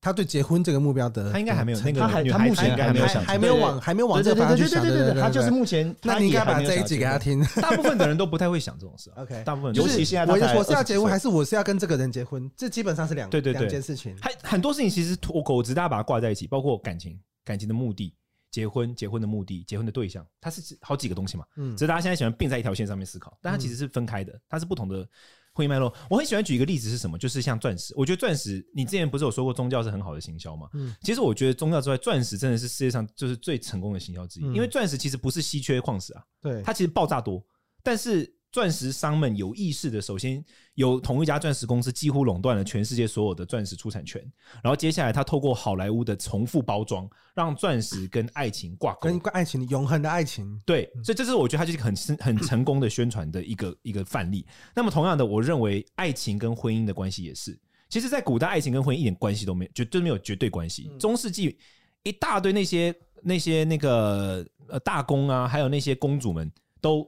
Speaker 1: 他对结婚这个目标的，
Speaker 2: 他应该还没有那个
Speaker 3: 他还
Speaker 2: 女
Speaker 3: 他
Speaker 2: 孩
Speaker 3: 目
Speaker 2: 子
Speaker 3: 前
Speaker 2: 应该
Speaker 3: 还
Speaker 2: 没有
Speaker 3: 有
Speaker 2: 想
Speaker 3: 想
Speaker 2: 清楚
Speaker 1: 还没有往还没有往这
Speaker 3: 对
Speaker 1: 个方向
Speaker 3: 对
Speaker 1: 去
Speaker 3: 对
Speaker 1: 想。
Speaker 3: 对对
Speaker 1: 对
Speaker 3: 对，他就是目前，
Speaker 1: 那你应该把这一集给他
Speaker 3: 听。
Speaker 1: 听。
Speaker 2: 大部分的人都不太会想这种事啊。
Speaker 1: OK
Speaker 2: 大部分人
Speaker 3: 尤
Speaker 2: 都
Speaker 3: 其现在
Speaker 1: 我
Speaker 3: 他才
Speaker 1: 我是要结婚，
Speaker 3: 20
Speaker 1: 还是我是要跟这个人结婚？这基本上是两
Speaker 2: 对对对
Speaker 1: 两件事情。
Speaker 2: 还很多事情其实脱口直大家把它挂在一起，包括感情、感情的目的、结婚、结婚的目的、结婚的对象，它是好几个东西嘛。
Speaker 1: 嗯
Speaker 2: 只是大家现在喜欢并在一条线上面思考，但它其实是分开的，它是不同的婚姻脉络。我很喜欢举一个例子是什么，就是像钻石。我觉得钻石，你之前不是有说过宗教是很好的行销吗？
Speaker 1: 嗯
Speaker 2: 其实我觉得宗教之外，钻石真的是世界上就是最成功的行销之一，
Speaker 1: 嗯
Speaker 2: 因为钻石其实不是稀缺矿石啊，
Speaker 1: 对，
Speaker 2: 它其实爆炸多，但是钻石商们有意识的，首先有同一家钻石公司几乎垄断了全世界所有的钻石出产权，然后接下来他透过好莱坞的重复包装，让钻石跟爱情挂钩
Speaker 1: 跟。爱情永恒的爱情，
Speaker 2: 对，所以这是我觉得它就是一个很深很成功的宣传的一个一个范例。那么同样的，我认为爱情跟婚姻的关系也是，其实，在古代爱情跟婚姻一点关系都没有，绝对没有绝对关系。中世纪一大堆那些那些那个呃大公啊，还有那些公主们都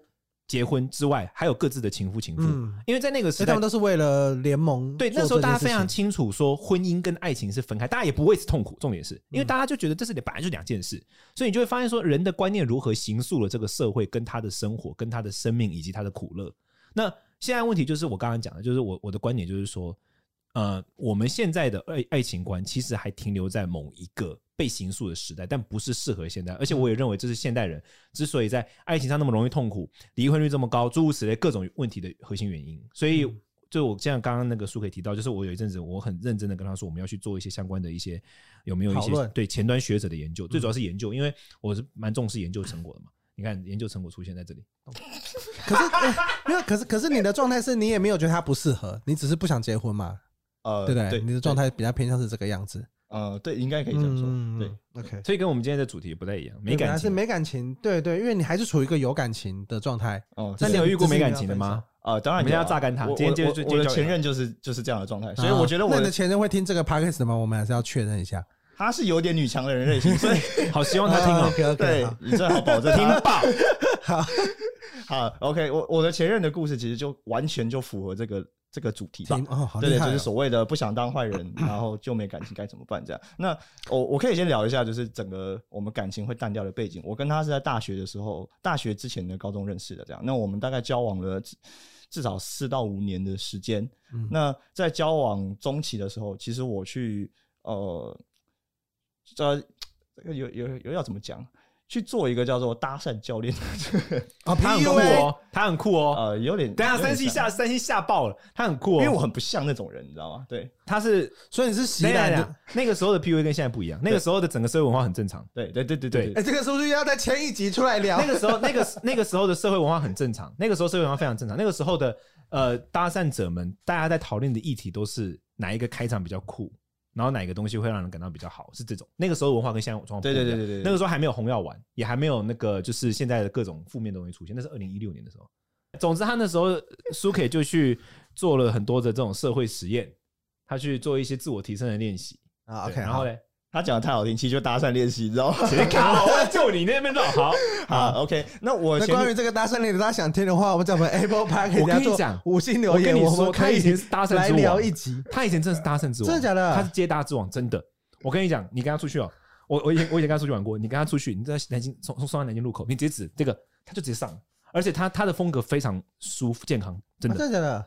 Speaker 2: 结婚之外，还有各自的情夫情妇，
Speaker 1: 嗯，
Speaker 2: 因为在那个
Speaker 1: 所
Speaker 2: 时
Speaker 1: 以他
Speaker 2: 代
Speaker 1: 们。都是为了联盟。
Speaker 2: 对，那时候大家非常，清楚，说婚姻跟爱情是分开，大家也不会痛苦。重点是因为大家就觉得这是本来就两件事，所以你就会发现说，人的观念如何形塑了这个社会，跟他的生活、跟他的生命以及他的苦乐。那现在问题就是我刚刚讲的，就是我我的观点就是说，呃，我们现在的爱爱情观其实还停留在某一个被形塑的时代，但不是适合现代。而且
Speaker 1: 嗯
Speaker 2: 我也认为这是现代人之所以在爱情上那么容易痛苦、离婚率这么高、诸如此类各种问题的核心原因。所以，
Speaker 1: 嗯
Speaker 2: 就我像刚刚那个苏可以提到，就是我有一阵子我很认真的跟他说，我们要去做一些相关的一些有没有一
Speaker 1: 讨
Speaker 2: 些
Speaker 1: 论嗯
Speaker 2: 对前端学者的研究，最主要是研究，因为我是蛮重视研究成果的嘛。你看，研究成果出现在这里，
Speaker 1: 可是呃因为可是可是你的状态是你也没有觉得他不适合，你只是不想结婚嘛，
Speaker 3: 呃，
Speaker 1: 对不对？你的状
Speaker 3: 态，
Speaker 1: 态比较偏向是这个样子。嗯
Speaker 3: 呃，对，应该可以这样说，对。
Speaker 1: ，OK。
Speaker 2: 所以跟我们今天的主题不太一样，
Speaker 1: 对
Speaker 2: 没
Speaker 1: 本
Speaker 2: 感
Speaker 1: 来是
Speaker 2: 情。
Speaker 1: 没感情，对对，因为你还是处于一个有感情的状态。
Speaker 3: 哦，
Speaker 2: 那
Speaker 3: 这
Speaker 2: 你有遇过没感情
Speaker 1: 这
Speaker 2: 的
Speaker 1: 是
Speaker 2: 吗？
Speaker 3: 呃，当
Speaker 2: 我
Speaker 3: 然
Speaker 2: 们
Speaker 3: 有啊
Speaker 2: 要榨干他
Speaker 3: 我
Speaker 2: 今天就是
Speaker 3: 我我
Speaker 2: 今天
Speaker 3: 我的
Speaker 2: 就
Speaker 3: 前任就是就是这样的状态，所以我觉得
Speaker 1: 啊
Speaker 3: 我
Speaker 1: 那你的前任会听这个 podcast 的吗？我们还是要确认一下。啊
Speaker 3: 他是有点女强人类型，所以
Speaker 2: 好，希望他听哦。
Speaker 1: OK
Speaker 3: 对
Speaker 1: OK，
Speaker 3: 你最好保证他
Speaker 2: 听爆，
Speaker 3: 好，OK，我我的前任的故事其实就完全就符合这个这个主题吧
Speaker 1: 听。哦，好
Speaker 3: 对
Speaker 1: 厉
Speaker 3: 对，
Speaker 1: 害哦，
Speaker 3: 就是所谓的不想当坏人，然后就没感情该怎么办这样。那我我可以先聊一下，就是整个我们感情会淡掉的背景。我跟他是在大学的时候，大学之前的高中认识的这样。那我们大概交往了至至少四到五年的时间。
Speaker 1: 嗯
Speaker 3: 那在交往中期的时候，其实我去呃呃这个有有有要怎么讲？去做一个叫做搭讪教练的这个，
Speaker 1: 啊
Speaker 2: 他很酷
Speaker 1: PUA
Speaker 2: 哦，他很酷哦。
Speaker 3: 呃，有点
Speaker 2: 等一下
Speaker 3: 有点
Speaker 2: 三星
Speaker 3: 像
Speaker 2: 吓三星吓爆了，他很酷哦。
Speaker 3: 因为我很不像那种人，你知道吗？对
Speaker 2: 他是
Speaker 1: 所以你是喜
Speaker 2: 等一下
Speaker 1: 兰
Speaker 2: 等一
Speaker 1: 的
Speaker 2: 下，那个时候的 PUA 跟现在不一样，那个时候的整个社会文化很正常。
Speaker 3: 对对对对对
Speaker 2: 对
Speaker 1: 哎、这个是不是要在前一集出来聊
Speaker 2: 那？个时候，那个那个时候的社会文化很正常，那个时候社会文化非常正常。那个时候的呃搭讪者们，大家在讨论的议题都是哪一个开场比较酷，然后哪一个东西会让人感到比较好，是这种。那个时候文化跟现在状况不一样
Speaker 3: 对对对对对对
Speaker 2: 那个时候还没有红药丸，也还没有那个就是现在的各种负面的东西出现，那是二零一六年的时候。总之，他那时候苏 K 就去做了很多的这种社会实验，他去做一些自我提升的练习。
Speaker 1: 啊，OK，
Speaker 2: 对然后
Speaker 1: 好
Speaker 2: 嘞，
Speaker 3: 他讲的太好听，其实就搭讪练习，你知道吗？
Speaker 2: 谁靠？我就你那边绕 好。
Speaker 3: 好，OK，那我
Speaker 1: 那
Speaker 3: 前面
Speaker 1: 关于这个搭讪类的，大家想听的话，我们在我们 Apple Park 给
Speaker 2: 我
Speaker 1: 大家
Speaker 2: 跟你
Speaker 1: 做
Speaker 2: 讲
Speaker 1: 五星留
Speaker 2: 我
Speaker 1: 言，
Speaker 2: 跟你
Speaker 1: 我
Speaker 2: 说，
Speaker 1: 们
Speaker 2: 他
Speaker 1: 可
Speaker 2: 以前
Speaker 1: 以
Speaker 2: 是搭
Speaker 1: 来
Speaker 2: 讪之
Speaker 1: 聊
Speaker 2: 王
Speaker 1: 一，集。
Speaker 2: 他以前真的是搭讪之王，
Speaker 1: 真的假的
Speaker 2: 他是接搭之王，真的。我跟你讲，你跟他出去哦，我我以前我以前跟他出去玩过，你跟他出去，你在南京从从松山南京路口，你直接指这个，他就直接上了。而且他他的风格非常舒服健康，真
Speaker 1: 啊
Speaker 2: 的，
Speaker 1: 真的假的？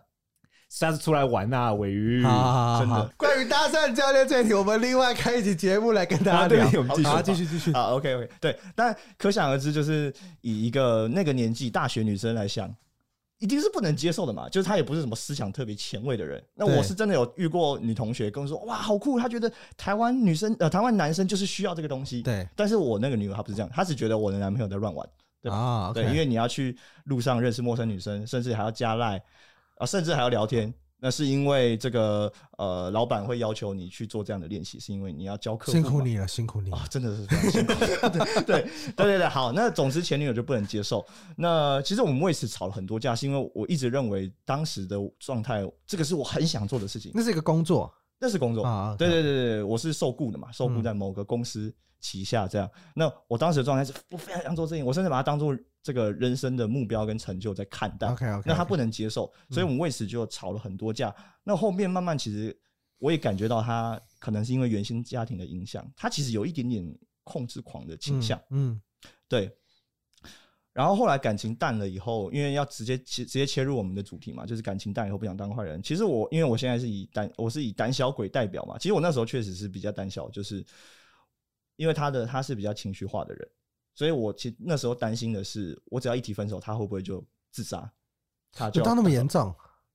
Speaker 2: 下次出来玩呐、啊，尾鱼。
Speaker 1: 好好好
Speaker 3: 真的
Speaker 1: 好。关于搭讪教练这一题，我们另外开一期节目来跟大家
Speaker 2: 啊对
Speaker 1: 聊
Speaker 2: 不起我。们继续
Speaker 1: 好，继续继续。
Speaker 3: 啊，OK OK，对，但可想而知，就是以一个那个年纪大学女生来想，一定是不能接受的嘛。就是她也不是什么思想特别前卫的人。那
Speaker 1: 对
Speaker 3: 我是真的有遇过女同学跟我说，哇，好酷，她觉得台湾女生呃台湾男生就是需要这个东西。，
Speaker 1: 对
Speaker 3: 但是我那个女友她不是这样，她只觉得我的男朋友在乱玩。对
Speaker 1: 啊，
Speaker 3: 对，因为你要去路上认识陌生女生，甚至还要加赖啊，甚至还要聊天。那是因为这个呃，老板会要求你去做这样的练习，是因为你要教客户
Speaker 1: 辛苦
Speaker 3: 嘛
Speaker 1: 你了，辛苦你了
Speaker 3: 啊，。真的是非常辛苦。 对对对对对，好，那总之前女友就不能接受。那其实我们为此吵了很多架，是因为我一直认为当时的状态，这个是我很想做的事情，
Speaker 1: 那是一个工作
Speaker 3: 那是工作。
Speaker 1: 啊，
Speaker 3: 哦对对对对，对我是受雇的嘛，受雇在某个公司旗下这样。那我当时的状态是我非常想做这件事情，我甚至把它当做这个人生的目标跟成就在看待。
Speaker 1: ，OK OK。
Speaker 3: 那他不能接受，所以我们为此就吵了很多架。那后面慢慢其实我也感觉到他可能是因为原生家庭的影响，他其实有一点点控制狂的倾向，，
Speaker 1: 嗯，
Speaker 3: 对。然后后来感情淡了以后，因为要直接切直接切入我们的主题嘛，就是感情淡以后不想当坏人。其实我因为我现在是以胆我是以胆小鬼代表嘛，其实我那时候确实是比较胆小，就是因为他的他是比较情绪化的人，所以我其实那时候担心的是，我只要一提分手，他会不会就自杀？他
Speaker 1: 就
Speaker 3: 就要
Speaker 1: 到那么严重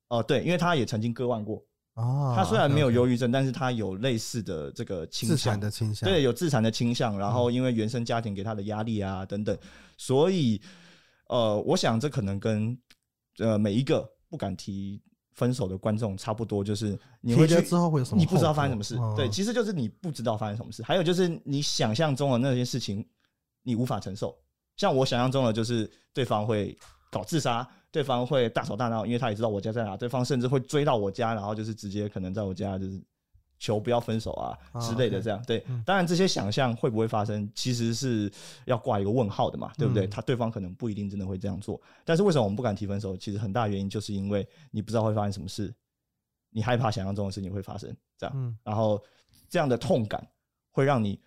Speaker 3: 哦，对，因为他也曾经割腕过，
Speaker 1: 哦。
Speaker 3: 他虽然没有
Speaker 1: OK，OK
Speaker 3: 忧郁症，但是他有类似的这个倾
Speaker 1: 自残
Speaker 3: 向，
Speaker 1: 的倾向，嗯
Speaker 3: 对，有自残的倾向。然后因为原生家庭给他的压力啊等等，所以呃，我想这可能跟呃每一个不敢提分手的观众差不多，就是你会
Speaker 1: 提
Speaker 3: 去
Speaker 1: 了之后会有什么？
Speaker 3: 你不知道发生什么事，对，
Speaker 1: 嗯
Speaker 3: 其实就是你不知道发生什么事，还有就是你想象中的那些事情，你无法承受。像我想象中的，就是对方会搞自杀，对方会大吵大闹，因为他也知道我家在哪，对方甚至会追到我家，然后就是直接可能在我家就是求不要分手啊
Speaker 1: 啊
Speaker 3: 之类的
Speaker 1: OK
Speaker 3: 这样。对
Speaker 1: 嗯，
Speaker 3: 当然这些想象会不会发生，其实是要挂一个问号的嘛，对不对？
Speaker 1: 嗯
Speaker 3: 他对方可能不一定真的会这样做，但是为什么我们不敢提分手？其实很大原因就是因为你不知道会发生什么事，你害怕想象中的事情会发生，这样，
Speaker 1: 嗯
Speaker 3: 然后这样的痛感会让你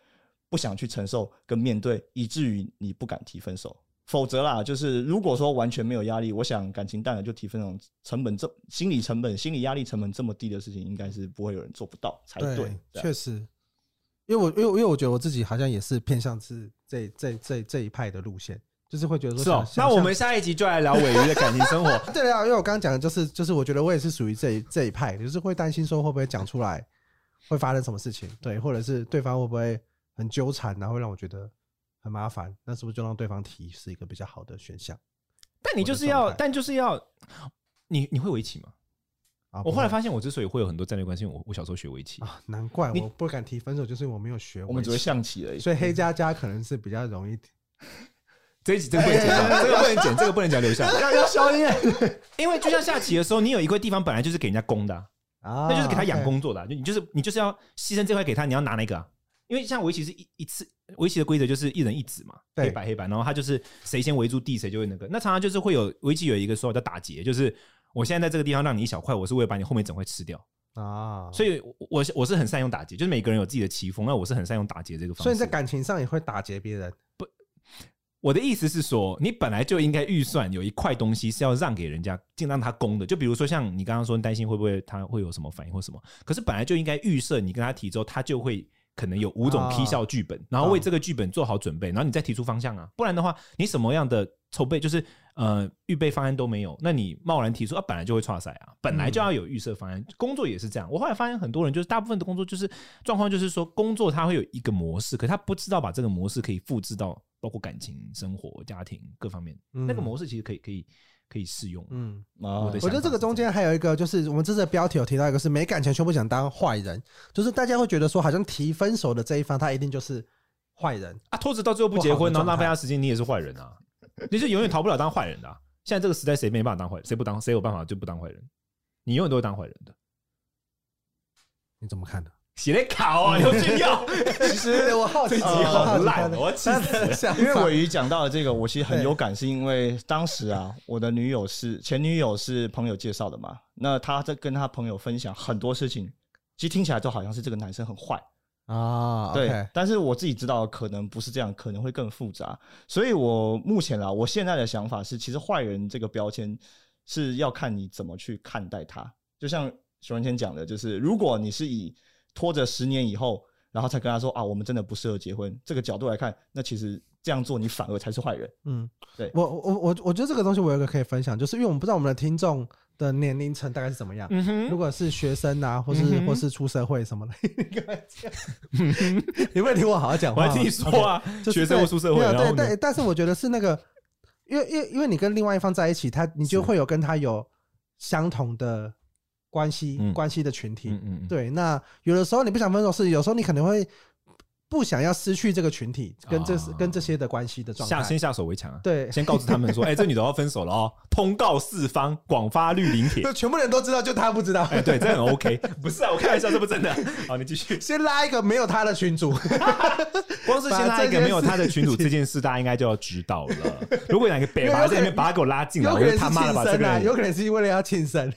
Speaker 3: 不想去承受跟面对，以至于你不敢提分手。否则啦，就是如果说完全没有压力，我想感情淡了就提分手，成本这心理成本、心理压力成本这么低的事情，应该是不会有人做不到才对。
Speaker 1: 对，
Speaker 3: 这样
Speaker 1: 确实。因为我因为因为我觉得我自己好像也是偏向是这这这这一派的路线，就是会觉得说
Speaker 2: 是哦
Speaker 1: 想，
Speaker 2: 那我们下一集就来聊尾鱼的感情 生活。
Speaker 1: 对啊，因为我刚刚讲的就是就是我觉得我也是属于这一这一派，就是会担心说会不会讲出来会发生什么事情，对，或者是对方会不会很纠缠，然后会让我觉得很麻烦，那是不是就让对方提是一个比较好的选项
Speaker 2: 但你就是
Speaker 1: 我
Speaker 2: 要，
Speaker 1: 的状态
Speaker 2: 但就是要，你你会围棋吗？
Speaker 1: 啊？
Speaker 2: 我后
Speaker 1: 不会
Speaker 2: 来发现，我之所以会有很多战略关系，因为我我小时候学围棋，
Speaker 1: 啊，难怪
Speaker 2: 你
Speaker 1: 我不敢提分手，就是因为我没有学
Speaker 3: 我们只会
Speaker 1: 围棋
Speaker 3: 象棋而已。
Speaker 1: 所以黑加加可能是比较容易
Speaker 2: 这一集这个不能剪掉，这个不 能剪，这个不能剪，留下。
Speaker 3: 要要消音乐，
Speaker 2: 因为就像下棋的时候，你有一块地方本来就是给人家攻的啊、
Speaker 1: 啊，
Speaker 2: 那就是给他养
Speaker 1: OK
Speaker 2: 工作的啊、就你就是你就是要牺牲这块给他，你要拿那个、啊。因为像围棋是一一次，围棋的规则就是一人一子嘛，
Speaker 1: 对
Speaker 2: 黑白黑白，然后他就是谁先围住地，谁就会那个。那常常就是会有围棋有一个说法叫打劫，就是我现在在这个地方让你一小块，我是为了把你后面整块吃掉。
Speaker 1: 啊，
Speaker 2: 所以我，我是我是很善用打劫，就是每个人有自己的棋风，那我是很善用打劫这个方式。
Speaker 1: 所以你在感情上也会打劫别人
Speaker 2: 我的意思是说，你本来就应该预算有一块东西是要让给人家，尽量让他攻的。就比如说像你刚刚说，你担心会不会他会有什么反应或什么，可是本来就应该预设你跟他提之后，他就会可能有五种
Speaker 1: 啊
Speaker 2: K 效剧本，然后为这个剧本做好准备，然后你再提出方向啊。不然的话，你什么样的筹备就是呃预备方案都没有，那你贸然提出，啊，本来就会差赛啊，
Speaker 1: 嗯
Speaker 2: 本来就要有预设方案。工作也是这样，我后来发现很多人就是大部分的工作就是状况就是说，工作它会有一个模式，可他不知道把这个模式可以复制到包括感情、生活、家庭各方面，
Speaker 1: 嗯
Speaker 2: 那个模式其实可以可以可以适用。
Speaker 1: 嗯。
Speaker 3: 我
Speaker 2: 的
Speaker 1: 我觉得这个中间还有一个，就是我们这次的标题有提到一个是没感情却不想当坏人，就是大家会觉得说，好像提分手的这一方他一定就是坏人，
Speaker 2: 啊，拖着到最后不结
Speaker 1: 不好的
Speaker 2: 婚，然后
Speaker 1: 状
Speaker 2: 浪
Speaker 1: 态
Speaker 2: 费他时间，你也是坏人啊！你是永远逃不了当坏人的啊、现在这个时代，谁没办法当坏人？谁不当？谁有办法就不当坏人？你永远都会当坏人的。
Speaker 1: 你怎么看的？
Speaker 2: 写的考
Speaker 1: 嗯
Speaker 2: 啊，有 炫耀，
Speaker 3: 其实
Speaker 1: 对，我好奇，
Speaker 2: 这集
Speaker 1: 我
Speaker 2: 好
Speaker 1: 奇他
Speaker 2: 烂，
Speaker 1: 的
Speaker 2: 我要气
Speaker 1: 他
Speaker 2: 死
Speaker 1: 的
Speaker 2: 了。
Speaker 1: 想法，
Speaker 3: 因为尾鱼讲到的这个，我其实很有感，是因为当时啊，我的女友是前女友是朋友介绍的嘛，那她在跟她朋友分享很多事情，其实听起来都好像是这个男生很坏，
Speaker 1: 啊，
Speaker 3: 对
Speaker 1: OK
Speaker 3: 但是我自己知道可能不是这样，可能会更复杂，所以我目前啊，我现在的想法是，其实坏人这个标签是要看你怎么去看待他，就像熊仁谦讲的，就是如果你是以拖着十年以后，然后才跟他说啊，我们真的不适合结婚这个角度来看，那其实这样做你反而才是坏人。
Speaker 1: 嗯，
Speaker 3: 对
Speaker 1: 我我我我觉得这个东西我有一个可以分享，就是因为我们不知道我们的听众的年龄层大概是怎么样。
Speaker 2: 嗯
Speaker 1: 如
Speaker 2: 哼，
Speaker 1: 果是学生啊，或是、
Speaker 2: 嗯哼
Speaker 1: 或是出社会什么的，你干嘛这 样 你会听我好好讲
Speaker 2: 我
Speaker 1: 话吗？
Speaker 2: 还听你说啊，
Speaker 1: 就是
Speaker 2: 学生
Speaker 1: 对
Speaker 2: 会出社会，
Speaker 1: 没有
Speaker 2: 然后
Speaker 1: 对，
Speaker 2: 呢
Speaker 1: 但但是我觉得是那个，因为因为因为你跟另外一方在一起，他你就是会有跟他有相同的关系、
Speaker 2: 嗯
Speaker 1: 关系的群体。
Speaker 2: 嗯嗯嗯，
Speaker 1: 对，那有的时候你不想分手是，有时候你可能会不想要失去这个群体跟这、
Speaker 2: 啊
Speaker 1: 跟这些的关系的状
Speaker 2: 下
Speaker 1: 态
Speaker 2: 先。下手为强啊，
Speaker 1: 对，
Speaker 2: 先告知他们 说，哎，这女的要分手了哦，通告四方，广发绿林帖
Speaker 1: 就。全部人都知道，就他不知道。
Speaker 2: 哎，对，这很 OK，不是啊，我开玩笑，这不真的。 好，你继续。
Speaker 1: 先拉一个没有他的群主，
Speaker 2: 光是现在一个没有他的群主这件事，大家应该就要知道 了。如果两个北伐在那边把他给我拉进来，
Speaker 1: 有
Speaker 2: 我
Speaker 1: 可能
Speaker 2: 就是他妈的
Speaker 1: 庆
Speaker 2: 把这
Speaker 1: 生
Speaker 2: 个
Speaker 1: 啊，有
Speaker 2: 人。
Speaker 1: 可能是为了要庆生，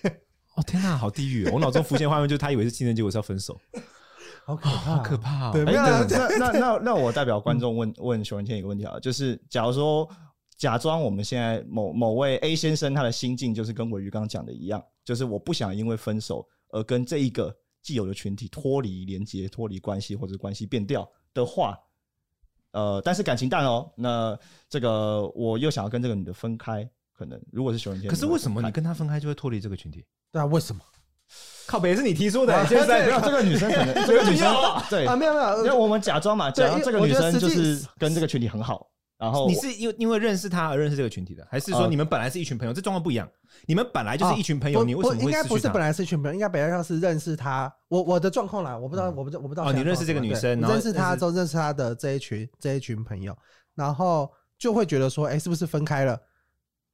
Speaker 2: 哦天哪，好地狱哦！我脑中浮现画面就是他以为是亲人，结果是要分手，
Speaker 1: 好可怕，啊
Speaker 2: 好可。怕哦。
Speaker 1: 对
Speaker 3: 哎
Speaker 1: 没有啦
Speaker 3: 那那那那那我代表观
Speaker 2: 嗯
Speaker 3: 众问问熊仁谦一个问题啊，就是假如说假装我们现在某某位 A 先生他的心境就是跟尾鱼刚刚讲的一样，就是我不想因为分手而跟这一个既有的群体脱离连接、脱离关系或者关系变掉的话，呃，但是感情淡哦，那这个我又想要跟这个女的分开，可能如果是熊仁谦，
Speaker 2: 可是为什么你
Speaker 3: 你
Speaker 2: 跟他分开就会脱离这个群体？
Speaker 1: 对啊，为什么
Speaker 2: 靠北是你提出
Speaker 1: 的
Speaker 2: 现
Speaker 3: 对，没
Speaker 2: 在
Speaker 3: 有这个女生可能这个女生对
Speaker 1: 啊？没有没有，
Speaker 3: 那我们假装嘛，
Speaker 1: 对
Speaker 3: 假装这个
Speaker 1: 因为
Speaker 3: 女
Speaker 1: 我觉得
Speaker 3: 生就
Speaker 1: 实际
Speaker 3: 是跟这个群体很好，然后
Speaker 2: 你是因为因为认识他而认识这个群体的，还是说
Speaker 3: 呃
Speaker 2: 你们本来是一群朋友？这状况不一样，你们本来就是一群朋
Speaker 1: 不
Speaker 2: 友，你为什么
Speaker 1: 不应
Speaker 2: 会
Speaker 1: 该不
Speaker 2: 失去
Speaker 1: 是
Speaker 2: 他
Speaker 1: 本？来是群朋友，应该本来上是认识他。我我的状况啦，我不知道，
Speaker 2: 嗯
Speaker 1: 我不知道我不知道
Speaker 2: 哦
Speaker 1: 现在
Speaker 2: 你认识这个女生
Speaker 1: 状况
Speaker 2: 然后
Speaker 1: 对认识她之后，认识她的这一群这一群朋友，然后就会觉得说，哎，是不是分开了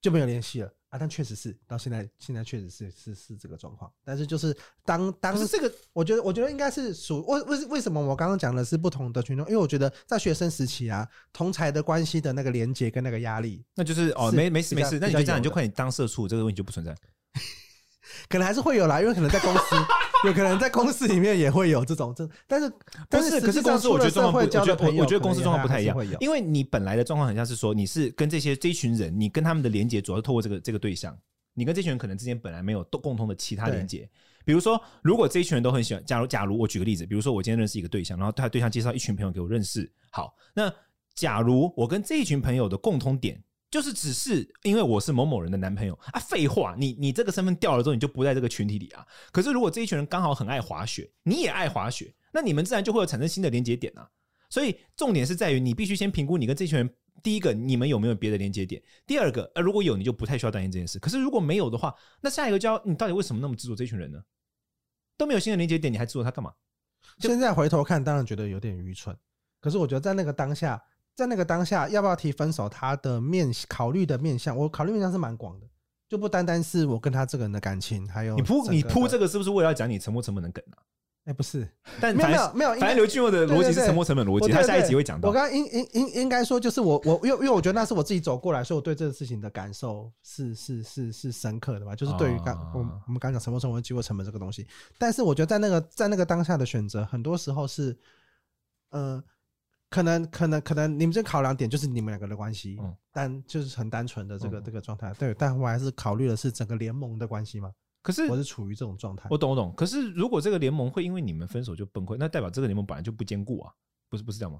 Speaker 1: 就没有联系了啊？但确实是到现在，现在确实是是是这个状况。但是就是当当
Speaker 2: 可是
Speaker 1: 时，
Speaker 2: 这个
Speaker 1: 我觉得我觉得应该是属为为为什么我刚刚讲的是不同的群众，因为我觉得在学生时期啊，同才的关系的那个连结跟那个压力，
Speaker 2: 那就是哦，
Speaker 1: 是
Speaker 2: 没没
Speaker 1: 比
Speaker 2: 事没
Speaker 1: 较
Speaker 2: 事，那你
Speaker 1: 比较
Speaker 2: 就这样，
Speaker 1: 有
Speaker 2: 你就
Speaker 1: 的
Speaker 2: 快点当社畜，这个问题就不存在。
Speaker 1: 可能还是会有啦，因为可能在公 司，有可能在公司里面也会有这种这，但是但
Speaker 2: 不是，
Speaker 1: 实
Speaker 2: 可是
Speaker 1: 际上
Speaker 2: 公司
Speaker 1: 出
Speaker 2: 我觉
Speaker 1: 了
Speaker 2: 得状
Speaker 1: 社
Speaker 2: 况
Speaker 1: 会
Speaker 2: 不，
Speaker 1: 交
Speaker 2: 我觉
Speaker 1: 的
Speaker 2: 得
Speaker 1: 朋友，
Speaker 2: 我觉得公司状况不太一样
Speaker 1: 可能也还是，会有
Speaker 2: 因为你本来的状况很像是说你是跟这些这一群人，你跟他们的连接主要是透过这个这个对象，你跟这群人可能之间本来没有都共同的其他
Speaker 1: 对
Speaker 2: 连接。比如说，如果这一群人都很喜欢，假如假如我举个例子，比如说我今天认识一个对象，然后他对象介绍一群朋友给我认识，好，那假如我跟这一群朋友的共通点。就是只是因为我是某某人的男朋友啊，废话，你你这个身份掉了之后，你就不在这个群体里啊。可是如果这一群人刚好很爱滑雪，你也爱滑雪，那你们自然就会有产生新的连接点啊。所以重点是在于你必须先评估你跟这群人，第一个你们有没有别的连接点，第二个呃如果有你就不太需要担心这件事。可是如果没有的话，那下一个就要你到底为什么那么执着这群人呢？都没有新的连接点，你还执着他干嘛？
Speaker 1: 现在回头看，当然觉得有点愚蠢，可是我觉得在那个当下，在那个当下要不要提分手，他的面考虑的面向，我考虑面向是蛮广的，就不单单是我跟他这个人的感情，还有
Speaker 2: 你铺你铺这
Speaker 1: 哦个，
Speaker 2: 个是不是为了要讲你沉没成本的梗啊？
Speaker 1: 哎，不是，
Speaker 2: 但
Speaker 1: 没有
Speaker 2: 反
Speaker 1: 没
Speaker 2: 正
Speaker 1: 有没有，应
Speaker 2: 反
Speaker 1: 该
Speaker 2: 正刘俊佑的逻辑
Speaker 1: 对对
Speaker 2: 是
Speaker 1: 对
Speaker 2: 沉没成本逻辑，
Speaker 1: 我
Speaker 2: 他
Speaker 1: 对
Speaker 2: 下一集
Speaker 1: 对
Speaker 2: 会讲到
Speaker 1: 我。刚刚应应应应该说，就是我我因为因为我觉得那是我自己走过来，所以我对这个事情的感受是是是是深刻的吧。就是对于刚、
Speaker 2: 啊
Speaker 1: 我们我们刚讲什么成本、机会成本这个东西，但是我觉得在那个在那个当下的选择，很多时候是，呃，可能可能可能你们这考量点就是你们两个的关系，
Speaker 2: 嗯
Speaker 1: 但就是很单纯的这个、
Speaker 2: 嗯
Speaker 1: 这个状态。对，但我还是考虑的是整个联盟的关系嘛，
Speaker 2: 可是
Speaker 1: 我是处于这种状态。
Speaker 2: 我懂我懂，可是如果这个联盟会因为你们分手就崩溃，那代表这个联盟本来就不坚固啊，不是不是这样吗？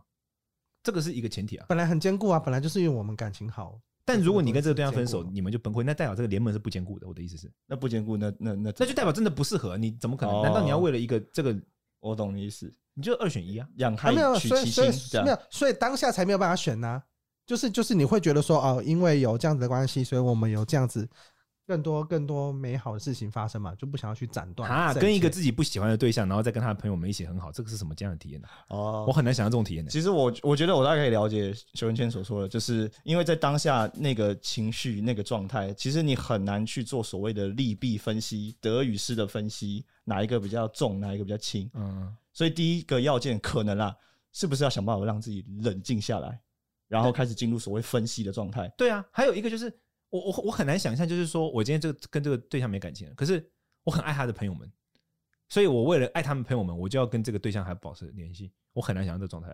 Speaker 2: 这个是一个前提啊。
Speaker 1: 本来很坚固啊，本来就是因为我们感情好，
Speaker 2: 但如果你跟这个对象分
Speaker 1: 这个
Speaker 2: 手，
Speaker 1: 东西
Speaker 2: 你们就崩溃，那代表这个联盟是不坚固的。我的意思是，
Speaker 3: 那不兼顾那那那
Speaker 2: 那就代表真的不适合，你怎么可能？
Speaker 3: 哦
Speaker 2: 难道你要为了一个这个，
Speaker 3: 我懂你意思，
Speaker 2: 你就二选一啊？
Speaker 3: 养
Speaker 1: 啊、
Speaker 3: 害
Speaker 1: 没有，
Speaker 3: 取
Speaker 1: 所以
Speaker 3: 其
Speaker 1: 所
Speaker 3: 心
Speaker 1: 以
Speaker 3: 这
Speaker 1: 没
Speaker 3: 样
Speaker 1: 有。，所以当下才没有办法选呐、就是就是你会觉得说哦，因为有这样子的关系，所以我们有这样子更多更多美好的事情发生嘛，就不想要去斩断
Speaker 2: 啊，
Speaker 1: 这
Speaker 2: 跟一个
Speaker 1: 切
Speaker 2: 自己不喜欢的对象，然后再跟他的朋友们一起很好，这个是什么这样的体验呢、
Speaker 3: 哦
Speaker 2: 我很难想象这种体验呢、
Speaker 3: 其实我我觉得我大概可以了解熊仁谦所说的，就是因为在当下那个情绪、那个状态，其实你很难去做所谓的利弊分析、得与失的分析，哪一个比较重，哪一个比较轻。
Speaker 2: 嗯，
Speaker 3: 所以第一个要件可能啦，是不是要想办法让自己冷静下来，然后开始进入所谓分析的状态？
Speaker 2: 对啊，还有一个就是我我我很难想象，就是说我今天这个跟这个对象没感情了，可是我很爱他的朋友们，所以我为了爱他们朋友们，我就要跟这个对象还保持联系。我很难想象这状态。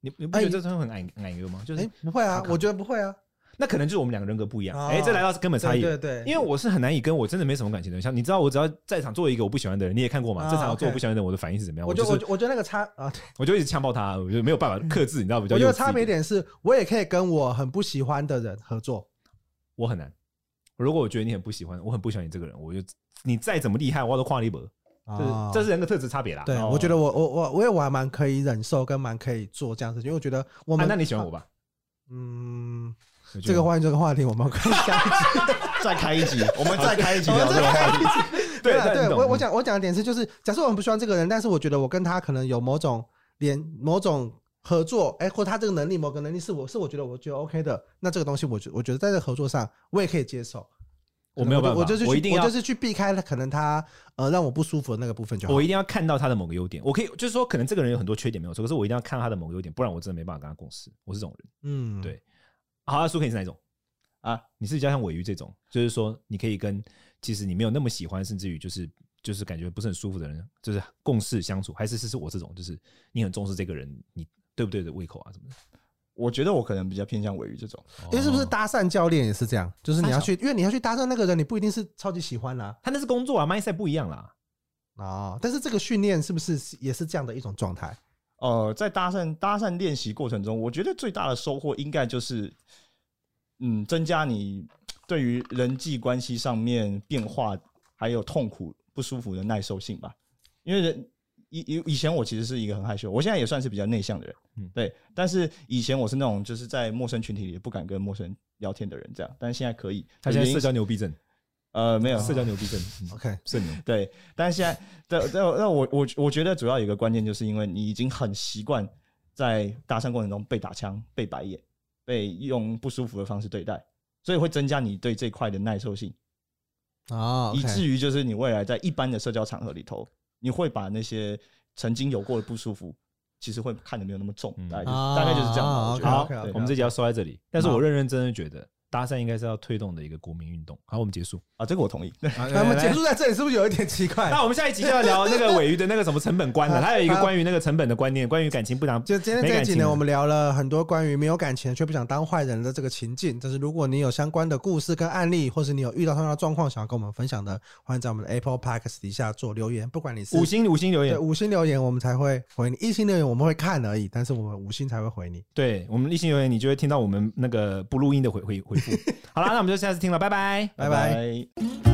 Speaker 2: 你你不觉得这状态很矮矮油吗？就是、
Speaker 1: 哎，不会啊
Speaker 2: 卡，卡
Speaker 1: 我觉得不会啊。
Speaker 2: 那可能就是我们两个人格不一样。
Speaker 1: 哦
Speaker 2: 哎、这来到是根本差异。
Speaker 1: 对对对，
Speaker 2: 因为我是很难以跟我真的没什么感情的人，像你知道，我只要在场做一个我不喜欢的人，你也看过嘛？
Speaker 1: 啊
Speaker 2: 这场我
Speaker 1: OK
Speaker 2: 做我不喜欢的人，我的反应是怎么样？
Speaker 1: 我
Speaker 2: 就
Speaker 1: 觉得我
Speaker 2: 是
Speaker 1: 觉得我觉得那个差啊，对
Speaker 2: 我就一直呛爆他，我就没有办法克制，你知道比较
Speaker 1: 嗯我觉得
Speaker 2: 幼稚
Speaker 1: 差别点是我也可以跟我很不喜欢的人合作。
Speaker 2: 我很难。如果我觉得你很不喜欢，我很不喜欢你这个人，我就你再怎么厉害，我都跨一博，这是
Speaker 1: 啊
Speaker 2: 这是人的特质差别啦。
Speaker 1: 对，
Speaker 2: 哦
Speaker 1: 我觉得我我我我也我还蛮可以忍受，跟蛮可以做这样的事情，因为我觉得我
Speaker 2: 啊
Speaker 1: 们、
Speaker 2: 那你喜欢我吧？
Speaker 1: 嗯，
Speaker 2: 我觉
Speaker 1: 这
Speaker 2: 得
Speaker 1: 个关于这个话题，我们可以下一集。
Speaker 3: 再开一集， 我们再开一集
Speaker 1: 我
Speaker 3: 聊
Speaker 1: 们再
Speaker 3: 这个话题。
Speaker 2: 对
Speaker 1: 啦
Speaker 2: 但你
Speaker 1: 对，
Speaker 2: 懂
Speaker 1: 我我讲我讲的点是，就是假设我很不喜欢这个人，但是我觉得我跟他可能有某种连某种合作，哎、或他这个能力某个能力是我是我觉得我觉得 OK 的，那这个东西我觉我觉得在这个合作上我也可以接受。
Speaker 2: 我没有
Speaker 1: 可
Speaker 2: 办
Speaker 1: 能
Speaker 2: 法，
Speaker 1: 我就我就是去
Speaker 2: 一定要
Speaker 1: 我就是去避开了可能他呃让我不舒服的那个部分就好
Speaker 2: 我。一定要看到他的某个优点。我可以就是说，可能这个人有很多缺点没有错，可是我一定要看到他的某个优点，不然我真的没办法跟他共事。我是这种人。
Speaker 1: 嗯，
Speaker 2: 对好、啊，苏肯你是哪一种
Speaker 3: 啊？
Speaker 2: 你是比较像尾鱼这种，就是说你可以跟其实你没有那么喜欢，甚至于就是就是感觉不是很舒服的人，就是共事相处，还是是是我这种，就是你很重视这个人，你对不对的胃口啊什么的。
Speaker 3: 我觉得我可能比较偏向尾鱼这种，
Speaker 1: 因为是不是
Speaker 2: 哦
Speaker 1: 搭讪教练也是这样？就是你要
Speaker 2: 搭讪
Speaker 1: 去，因为你要去搭讪那个人，你不一定是超级喜欢啦、
Speaker 2: 他那是工作啊，mindset 不一样啦。
Speaker 1: 哦，但是这个训练是不是也是这样的一种状态？
Speaker 3: 呃，在搭讪搭讪练习过程中，我觉得最大的收获应该就是，嗯，增加你对于人际关系上面变化还有痛苦不舒服的耐受性吧。因为人以以以前我其实是一个很害羞，我现在也算是比较内向的人，
Speaker 2: 嗯
Speaker 3: 对。但是以前我是那种就是在陌生群体里不敢跟陌生人聊天的人，这样。但是现在可以，
Speaker 2: 他现在
Speaker 3: 原因
Speaker 2: 社
Speaker 3: 是
Speaker 2: 交牛逼症，
Speaker 3: 呃没有
Speaker 2: 社交牛逼症，嗯
Speaker 1: OK，
Speaker 2: 社牛。
Speaker 3: 对，但是现在，对，对，那我我我觉得主要有一个关键，就是因为你已经很习惯在搭讪过程中被打枪、被白眼、被用不舒服的方式对待，所以会增加你对这块的耐受性，
Speaker 1: 哦
Speaker 3: 以至
Speaker 1: 于
Speaker 3: 于就是你未来在一般的社交场合里头，你会把那些曾经有过的不舒服，其实会看得没有那么重，
Speaker 2: 嗯
Speaker 3: 大概就是大概就是这样吧。我觉得
Speaker 2: 好
Speaker 1: OK，OK，OK
Speaker 3: 对
Speaker 2: 我们这集要收在这里，但是我认认真真觉得搭讪应该是要推动的一个国民运动。好，我们结 束。
Speaker 3: 啊，这个我同意。
Speaker 1: 那我们结
Speaker 2: 束。
Speaker 1: 束在这里，是不是有一点奇怪？
Speaker 2: 那我们下一集就要聊那个尾鱼的那个什么成本观了，它有一个关于那个成本的观念，关于感情不良。
Speaker 1: 就今天
Speaker 2: 没
Speaker 1: 这
Speaker 2: 感
Speaker 1: 一集
Speaker 2: 情
Speaker 1: 呢，
Speaker 2: 了
Speaker 1: 我们聊了很多关于没有感情却不想当坏人的这个情境。但是如果你有相关的故事跟案例，或是你有遇到同样的状况想要跟我们分享的，欢迎在我们的 Apple Podcast 底下做留言。不管你是
Speaker 2: 五星五星留
Speaker 1: 对
Speaker 2: 言，
Speaker 1: 五星留言，我们才会回你；一星留言我们会看而已，但是我们五星才会回你。
Speaker 2: 对我们一星留言，你 就会听到我们那个不录音的回回回复。好啦，那我们就下次听了，拜拜。
Speaker 1: 拜拜
Speaker 3: 拜